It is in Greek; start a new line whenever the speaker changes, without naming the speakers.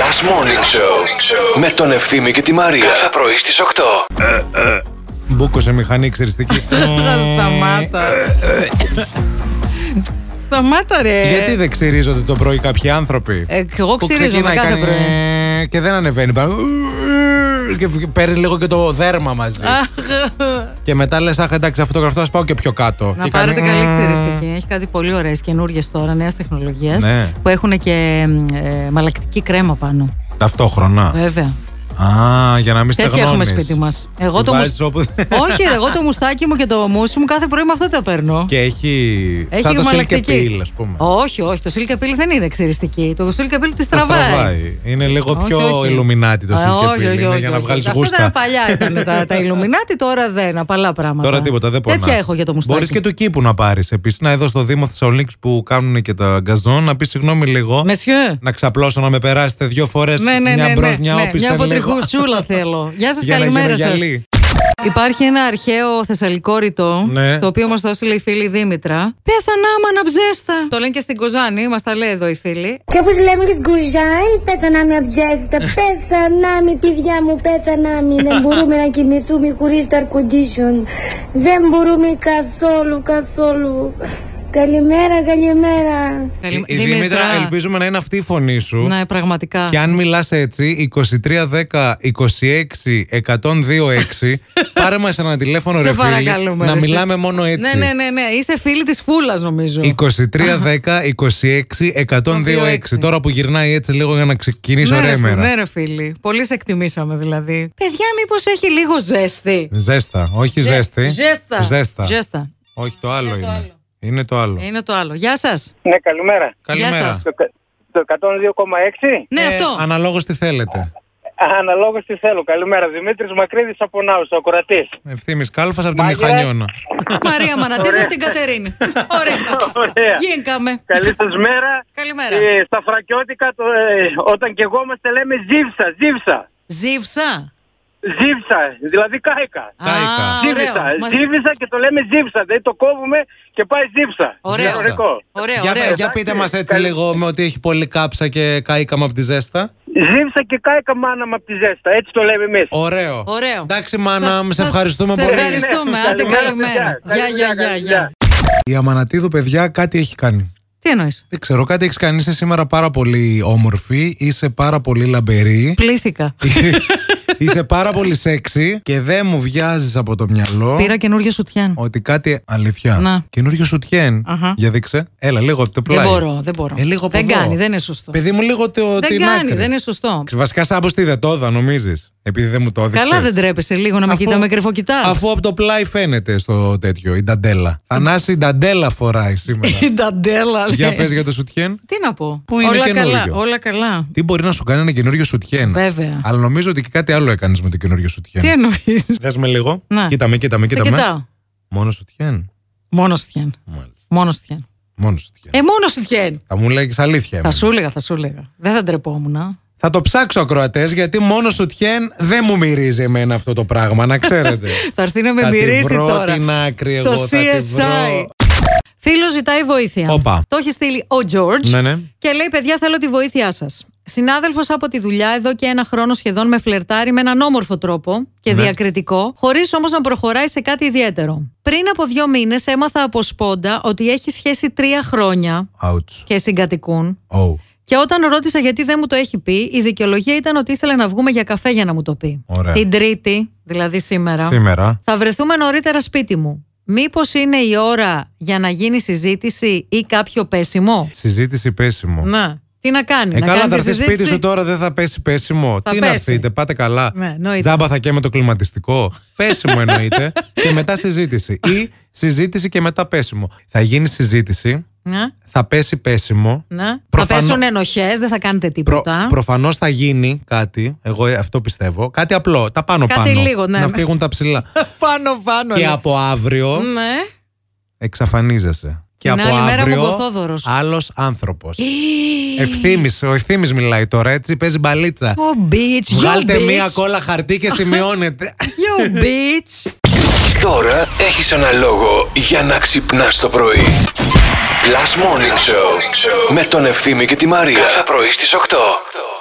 Last Morning Show με τον Ευθύμη και τη Μαρία. Κάθε πρωί στις 8.
Μπούκο σε μηχανή ξεριστική.
Σταμάτα. Σταμάτα, ρε.
Γιατί δεν ξυρίζονται το πρωί κάποιοι άνθρωποι.
Ε, κι εγώ
Που
ξυρίζομαι
ξεκινάει,
κάθε
κάνει,
πρωί.
«Ε», Και δεν ανεβαίνει. Πάει, «Ε», Και παίρνει λίγο και το δέρμα μαζί.
Αχ,
Και μετά λες, Αχ, εντάξει, αυτό το γραφτό, ας πάω και πιο κάτω.
Να
Και
πάρετε
κάνει,
καλή
«Μμμ».
ξυριστική. Έχει κάτι πολύ ωραίες καινούριε τώρα, νέα τεχνολογία.
Ναι.
Που έχουν και ε, μαλακτική κρέμα πάνω.
Ταυτόχρονα.
Βέβαια.
Α, για να μην στεγνώνεις.
Ε. Τέτοια έχουμε σπίτι μας. Εγώ το
Βάζεις
μουσ-
όπου-
Όχι, ρε, εγώ το μουστάκι μου και το μουσι μου κάθε πρωί με αυτό τα παίρνω.
Και έχει.
Έχει
σαν το Silke
μαλακτική.
Peel, ας πούμε.
Όχι, όχι. Το Silke Peel δεν είναι ξυριστική. Το Silke Peel τη
Τα
τραβάει.
Είναι λίγο
Όχι,
πιο
όχι.
Ιλουμινάτι το
Α,
Silke
όχι,
Peel.
όχι,
Είναι
όχι,
για να
όχι.
βγάλεις
Αυτά ήταν
γούστα.
παλιά ήταν τα, τα Ιλουμινάτη, τώρα δεν. Απαλά πράγματα.
Τώρα τίποτα, δεν πονάς.
Τέτοια έχω για το μουστάκι.
Μπορείς και του κήπου να πάρεις. Επίσης, να εδώ στο Δήμο Θεσσαλονίκης που κάνουν και τα γκαζόν, να πεις συγγνώμη λίγο.
Μεσιέ.
Να ξαπλώσω να με περάσετε δύο φορές.
Ναι, ναι,
μια
ναι,
μπρος,
ναι,
μια
ναι.
όπισθεν
Μια
λίγο.
αποτριχούσούλα θέλω. Γεια σας,
Για να γίνω
καλημέρα σας.
γυαλί.
Υπάρχει ένα αρχαίο θεσσαλικό ρητό,
Ναι.
το οποίο μας το έστειλε η φίλη Δήμητρα. Πέθανα άμα να ψέστα. Το λένε και στην Κοζάνη, μας τα λέει εδώ η φίλη.
Και όπως λέμε και σκουριζάει, πέθαναμε από τζέστα, πέθαναμε παιδιά μου, πέθαναμε. Δεν μπορούμε να κοιμηθούμε χωρίς το air condition. Δεν μπορούμε καθόλου, καθόλου. Καλημέρα, καλημέρα.
Καλη-
Η- Η Δήμητρα, ελπίζουμε να είναι αυτή η φωνή σου.
Ναι, πραγματικά.
Και αν μιλάς έτσι, 2310-26-1026, πάρε μας ένα τηλέφωνο,
Σε
ρε φίλη,
παρακαλούμε.
να
ρε, σε-
μιλάμε μόνο έτσι.
Ναι, ναι, ναι, ναι. Είσαι φίλη της φούλας, νομίζω.
2310-26-1026. Τώρα που γυρνάει έτσι λίγο για να ξεκινήσει
ναι,
ωραία
ρε, φίλη,
ημέρα.
ναι, ρε φίλη. Πολύ σε εκτιμήσαμε δηλαδή. Παιδιά, μήπως έχει λίγο ζέστη.
Ζέστα, όχι ζέστη.
Ζέστα.
Ζέστα.
Ζέστα.
Όχι, το άλλο είναι. Είναι το άλλο.
Είναι το άλλο. Γεια σας.
Ναι, καλημέρα.
Καλημέρα.
σας.
Το, κα- το 102,6.
Ναι, αυτό.
Αναλόγως τι θέλετε.
Αναλόγως τι θέλω. Καλημέρα. Δημήτρης Μακρύδης από Νάους, ο Κρατής.
Ευθύμης Κάλφας από τη
Μάγειρε.
Μηχανιώνα.
Μαρία Μανατίδου, την Κατερίνη. Ορίστε.
Ωραία.
Γίνκαμε.
Καλή σας μέρα.
Καλημέρα.
Ε, στα φρακιώτικα, το, ε, όταν και εγώ είμαστε λέμε ζύψα, ζύψα.
Ζήψα.
Ζύψα, δηλαδή κάηκα.
Κάηκα.
Α, ωραίο.
Ζύψα,
Μας-
ζύψα και το λέμε ζύψα. Δηλαδή το κόβουμε και πάει ζύψα.
Ωραίο.
Κανονικό.
Ωραίο,
για,
ωραίο.
για πείτε
Εντάξει,
μας έτσι
καλή-
λίγο με ότι έχει πολύ κάψα και καήκαμε από τη ζέστα.
Ζύψα και κάηκα μάνα μου από τη ζέστα. Έτσι το λέμε εμείς.
Ωραίο.
Ωραίο.
Εντάξει μάνα,
Σας-
μου, σε
σας-
ευχαριστούμε
σε
πολύ.
ευχαριστώ. ευχαριστούμε. Άντε, καλημέρα.
παιδιά.
Γεια, γεια, γεια, γεια.
Η Αμανατίδου παιδιά κάτι έχει κάνει.
Τι εννοείς.
Δεν ξέρω, κάτι έχεις κάνει. Είσαι σήμερα πάρα πολύ όμορφη, είσαι πάρα πολύ λαμπερή.
Πλήθηκα.
Είσαι πάρα πολύ σεξy και δεν μου βγάζει από το μυαλό
Πήρα καινούργια σουτιάν.
ότι κάτι αλήθεια.
Να.
Καινούριο σουτιέν.
Ναι. Αχα.
Για δείξε. Έλα, λίγο από το πλάι.
Δεν μπορώ, δεν μπορώ.
Ε, λίγο από
δεν
εδώ.
κάνει, δεν είναι σωστό.
Παιδί μου, λίγο το,
Δεν
την
κάνει,
άκρη.
δεν είναι σωστό.
Βασικά, σαν πως τη δετόδα, νομίζεις. Επειδή δεν μου το έδειξες.
Καλά δεν τρέπεσαι λίγο να με κοιτά με κρυφοκοιτά.
Αφού από το πλάι φαίνεται στο τέτοιο, η νταντέλα. Θανάση, η νταντέλα φοράει σήμερα.
Η νταντέλα. λέει.
για πες για το σουτιέν.
Τι να πω.
Πού είναι Ναι.
όλα
καινούργιο.
καλά, όλα καλά.
Τι μπορεί να σου κάνει ένα καινούριο σουτιέν.
Βέβαια.
Αλλά νομίζω ότι και κάτι άλλο έκανες με το καινούριο σουτιέν.
Τι εννοείς.
Δες με λίγο.
Να.
Κοίτα με, κοίτα με,
Σε
κοίτα με.
κοιτάω.
Μόνο σουτιέν.
Μόνο σουτιάν.
Μάλιστα.
Μόνο σουτιάν.
Μόνο σουτιέν.
Ε, μόνο σουτιέν.
Θα μου λέγεις αλήθεια.
Θα
εμένα.
σου έλεγα, θα σου έλεγα. Δεν θα ντρεπόμουν. α.
Θα το ψάξω ακροατές, γιατί μόνο σουτιέν δεν μου μυρίζει εμένα αυτό το πράγμα, να ξέρετε.
Θα έρθει να με
θα τη
μυρίσει
βρω
τώρα.
την άκρη εγώ,
Το
θα τη
CSI.
βρω.
Φίλος ζητάει βοήθεια.
Όπα.
Το έχει στείλει ο George
Ναι, ναι.
και λέει: Παιδιά, θέλω τη βοήθειά σας. Συνάδελφος από τη δουλειά εδώ και ένα χρόνο σχεδόν με φλερτάρει με έναν όμορφο τρόπο και
Ναι.
διακριτικό, χωρίς όμως να προχωράει σε κάτι ιδιαίτερο. Πριν από δύο μήνες έμαθα από σπόντα ότι έχει σχέση τρία χρόνια
Ouch.
και συγκατοικούν.
Oh.
Και όταν ρώτησα γιατί δεν μου το έχει πει, η δικαιολογία ήταν ότι ήθελε να βγούμε για καφέ για να μου το πει.
Ωραία.
Την Τρίτη, δηλαδή σήμερα,
Σήμερα.
θα βρεθούμε νωρίτερα σπίτι μου. Μήπως είναι η ώρα για να γίνει συζήτηση ή κάποιο πέσιμο.
Συζήτηση πέσιμο.
Να. Τι να
Ε,
κάνει, Ναι, να
καλά,
κάνει
θα
τη
έρθει σπίτι
συζήτηση.
σου τώρα, δεν θα πέσει πέσιμο.
Θα
Τι να
πέσει.
έρθείτε, πάτε καλά.
Ναι, εννοείται.
Τζάμπα θα καίμε το κλιματιστικό. Πέσιμο εννοείται. και μετά συζήτηση. Ή συζήτηση και μετά πέσιμο. Θα γίνει συζήτηση,
Να,
θα πέσει πέσιμο.
να.
Προφανώ-
Θα πέσουν ενοχές, δεν θα κάνετε
Προ,
τίποτα.
προφανώς θα γίνει κάτι, εγώ ε, αυτό πιστεύω, κάτι απλό, τα πάνω
Κάτι
πάνω,
λίγο, ναι.
να φύγουν τα ψηλά.
Πάνω, πάνω.
και
ρε.
από αύριο
Ναι.
εξαφανίζεσαι. Και
Την
από
άλλη μέρα
αύριο
Μογκοθόδωρος.
άλλος άνθρωπος. Ευθύμης, ο Ευθύμης μιλάει τώρα έτσι, παίζει μπαλίτσα.
Yo, bitch, yo,
Βγάλτε
bitch,
μία κόλλα χαρτί και σημειώνετε.
Yo, bitch.
Τώρα έχεις ένα λόγο για να ξυπνάς το πρωί. Last Morning Show με τον Ευθύμη και τη Μαρία. Κάθε πρωί στις 8.